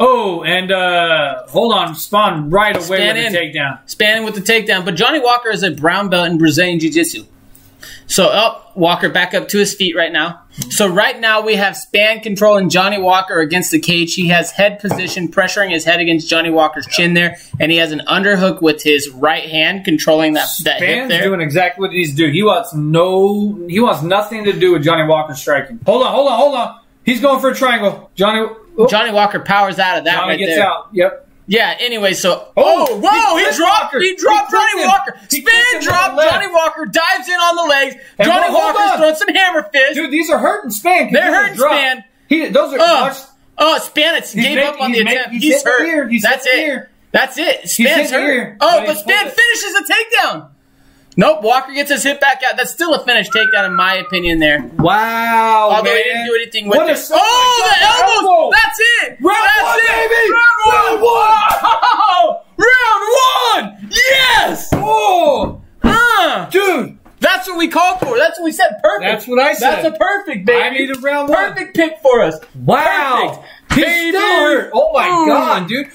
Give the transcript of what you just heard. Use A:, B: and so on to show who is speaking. A: Oh, and uh, hold on, Spawn right away
B: Stand
A: with
B: in.
A: the takedown.
B: Spanning with the takedown. But Johnny Walker is a brown belt in Brazilian Jiu Jitsu. So, up, Walker back up to his feet right now. So, right now we have span control and Johnny Walker against the cage. He has head position, pressuring his head against Johnny Walker's chin there. And he has an underhook with his right hand, controlling that, that hip
A: Ban's
B: there.
A: doing exactly what he needs to do. He wants no, he wants nothing to do with Johnny Walker striking. Hold on, hold on, hold on. He's going for a triangle. Johnny, oh,
B: Johnny Walker powers out of that
A: Johnny
B: right
A: gets
B: there.
A: out. Yep.
B: Yeah. Anyway, so
A: Oh,
B: oh,
A: he
B: whoa, he,
A: clipped
B: dropped,
A: Walker.
B: he
A: He
B: dropped
A: clipped
B: Johnny
A: him.
B: Walker.
A: He clipped him
B: Spin
A: with
B: drop,
A: the left.
B: Johnny Walker dives in on the legs.
A: And well,
B: Johnny
A: hold
B: Walker's
A: on.
B: throwing some hammer fists.
A: Dude, these are hurting Span. 'cause
B: They're
A: he was
B: hurting
A: dropped.
B: Span.
A: He, those are.
B: Oh,
A: watch-
B: oh, Spanitz gave
A: making-
B: up on
A: he's
B: the
A: making-
B: attempt.
A: he's
B: He's,
A: hitting
B: hurt.
A: here. He's
B: That's
A: hitting
B: it.
A: here.
B: That's it. Span's
A: hitting
B: hurt.
A: here.
B: Oh,
A: But
B: but
A: he
B: Span
A: pulled it.
B: finishes the takedown. Nope, Walker gets his hip back out. That's still a finished takedown, in my opinion. There,
A: Wow,
B: although
A: man.
B: he didn't do anything with
A: What a
B: it.
A: shot.
B: Oh, the elbows!
A: Elbow.
B: That's it.
A: Round
B: That's
A: one,
B: it.
A: baby.
B: Round one.
A: Round
B: Round one. Yes.
A: one. Oh,
B: Huh.
A: dude.
B: That's what we called for. That's what we said. Perfect.
A: That's what I said.
B: That's a perfect baby.
A: I needed round one.
B: perfect pick for us.
A: Wow.
B: Perfect.
A: He's
B: Baby.
A: still hurt. Oh my
B: Mm.
A: god, dude.